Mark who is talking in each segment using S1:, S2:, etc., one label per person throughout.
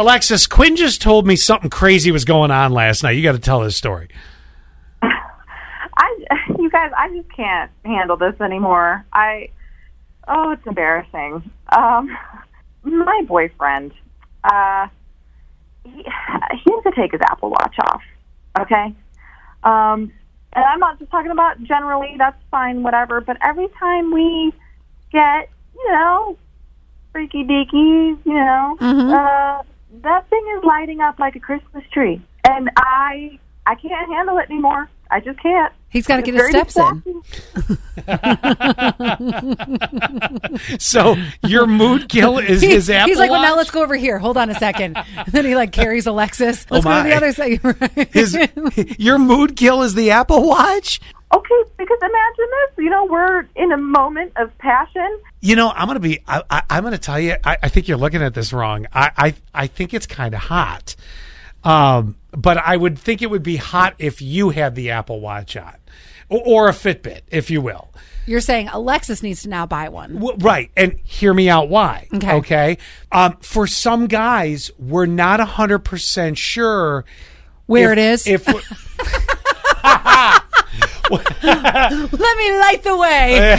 S1: Alexis, Quinn just told me something crazy was going on last night. You got to tell this story.
S2: I, you guys, I just can't handle this anymore. I, oh, it's embarrassing. Um, my boyfriend, uh, he, he had to take his Apple Watch off. Okay, um, and I'm not just talking about generally. That's fine, whatever. But every time we get, you know, freaky deaky, you know, uh, that thing is lighting up like a Christmas tree, and I, I can't handle it anymore. I just can't.
S3: He's got to
S2: It's
S3: get his
S2: very
S3: steps in.
S2: distracting.
S1: So your mood kill is
S3: He-
S1: his Apple
S3: he's like,
S1: Watch.
S3: well, now let's go over here. Hold on a second. And then he like carries Alexis. Let's go to
S1: Oh, my.
S3: the other side. Right.
S1: His, your mood kill is the Apple Watch.
S2: Okay, because imagine this. You know, we're in a moment of passion.
S1: You know, I'm gonna be. I, I, I'm gonna tell you. I, I think you're looking at this wrong. I I, I think it's kind of hot. Um, but I would think it would be hot if you had the Apple Watch on, or, or a Fitbit, if you will.
S3: You're saying Alexis needs to now buy one.
S1: W- right. And hear me out why.
S3: Okay.
S1: Um, for some guys, we're not 100% sure
S3: Where
S1: if-
S3: it is?
S1: If we-
S3: Let me light the way.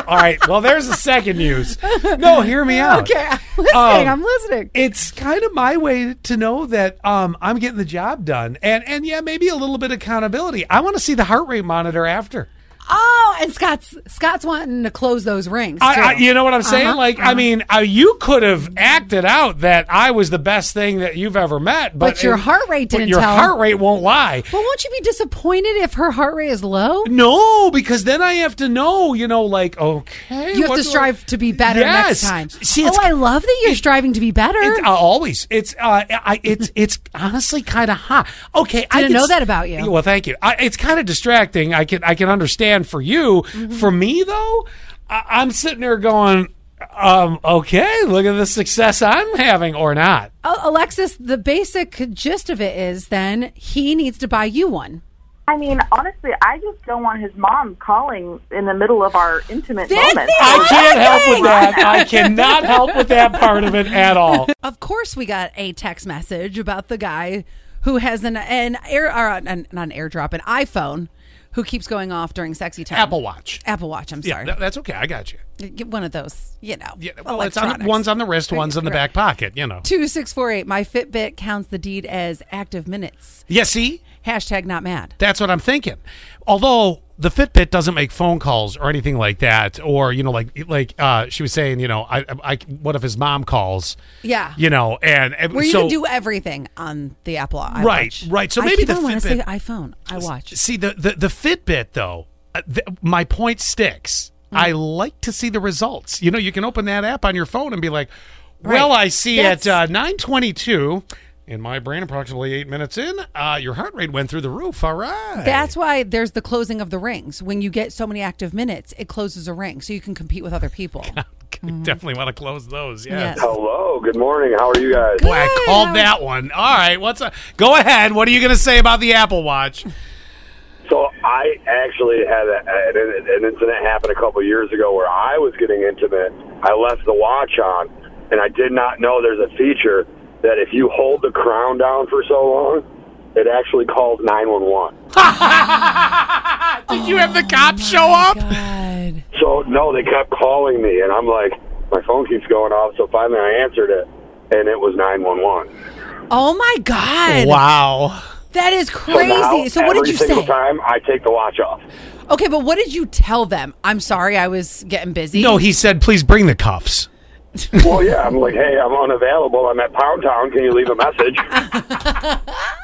S1: All right. Well, there's a second use. No, hear me out.
S3: okay, I'm listening.
S1: Um,
S3: I'm listening.
S1: It's kind of my way to know that um, I'm getting the job done, and and yeah, maybe a little bit of accountability. I want to see the heart rate monitor after.
S3: Oh, and Scott's Scott's wanting to close those rings. too.
S1: I, I, you know what I'm saying?
S3: Uh-huh,
S1: like, I mean, uh, you could have acted out that I was the best thing that you've ever met, but,
S3: But your heart rate
S1: but
S3: didn't
S1: your
S3: tell.
S1: heart rate won't lie.
S3: But won't you be disappointed if her heart rate is low?
S1: No, because then I have to know, you know, like okay,
S3: You have
S1: what
S3: to
S1: do I-
S3: strive to be better
S1: Yes.
S3: next time.
S1: See,
S3: oh,
S1: it's-
S3: I love that you're striving to be better.
S1: It's, uh, always. It's uh, I, it's it's honestly kind of hot. Okay, I can
S3: Didn't know
S1: s-
S3: that about you.
S1: Well, thank you. I, it's kind of distracting. I can I can understand for you.
S3: Mm-hmm.
S1: For me though, I, I'm sitting there going, um, okay, look at the success I'm having or not.
S3: Oh, Alexis, the basic gist of it is then he needs to buy you one.
S2: I mean, honestly, I just don't want his mom calling in the middle of our intimate
S3: That's
S2: moment.
S3: it.
S1: I can't help with that. I cannot help with that part of it at all.
S3: Of course, we got a text message about the guy who has an an air or an, not an airdrop, an iPhone, who keeps going off during sexy time.
S1: Apple Watch.
S3: Apple Watch. I'm sorry.
S1: Yeah, that's okay. I got you.
S3: Get one of those. You know.
S1: Yeah, well, it's on,
S3: electronics.
S1: one's on the wrist, one's in the back pocket. You know.
S3: Two six four eight. My Fitbit counts the deed as active minutes.
S1: Yeah. See,
S3: Hashtag not mad.
S1: That's what I'm thinking. Although the Fitbit doesn't make phone calls or anything like that, or you know, like like uh, she was saying, you know, I, I, what if his mom calls?
S3: Yeah.
S1: You know, and, and
S3: Where you
S1: so
S3: can do everything on the Apple iWatch.
S1: Right, right. So
S3: I
S1: maybe
S3: keep
S1: the
S3: on wanting to say
S1: Fitbit-
S3: iPhone. I watch.
S1: see the the, the Fitbit though. Uh, th- my point sticks.
S3: Hmm.
S1: I like to see the results. You know, you can open that app on your phone and be like, "Well,
S3: Right.
S1: I see
S3: That's-
S1: at uh, 9:22." In my brain, approximately eight minutes in, uh, your heart rate went through the roof. All right.
S3: That's why there's the closing of the rings. When you get so many active minutes, it closes a ring, so you can compete with other people.
S1: Definitely want to close those.
S3: Mm. Yes.
S4: Hello. Good morning. How are you guys?
S1: Boy, I called that one. All right, what's up? Go ahead. What are you going to say about the Apple Watch?
S4: So I actually had a, an, an incident happen a couple years ago where I was getting intimate. I left the watch on, and I did not know there's a feature that if you hold the crown down for so long, it actually calls 911.
S1: Did you have the cops show up?
S3: God.
S4: So no, they kept calling me, and I'm like, my phone keeps going off. So finally, I answered it, and it was 911.
S3: Oh my God.
S1: Wow.
S3: That is
S4: So now,
S3: crazy. So, what did
S4: every
S3: you
S4: single
S3: say?
S4: time I take the watch off.
S3: Okay, but what did you tell them? I'm sorry, I was getting busy.
S1: No, he said, please bring the cuffs.
S4: Well, yeah, I'm like, hey, I'm unavailable. I'm at Pound Town. Can you leave a message?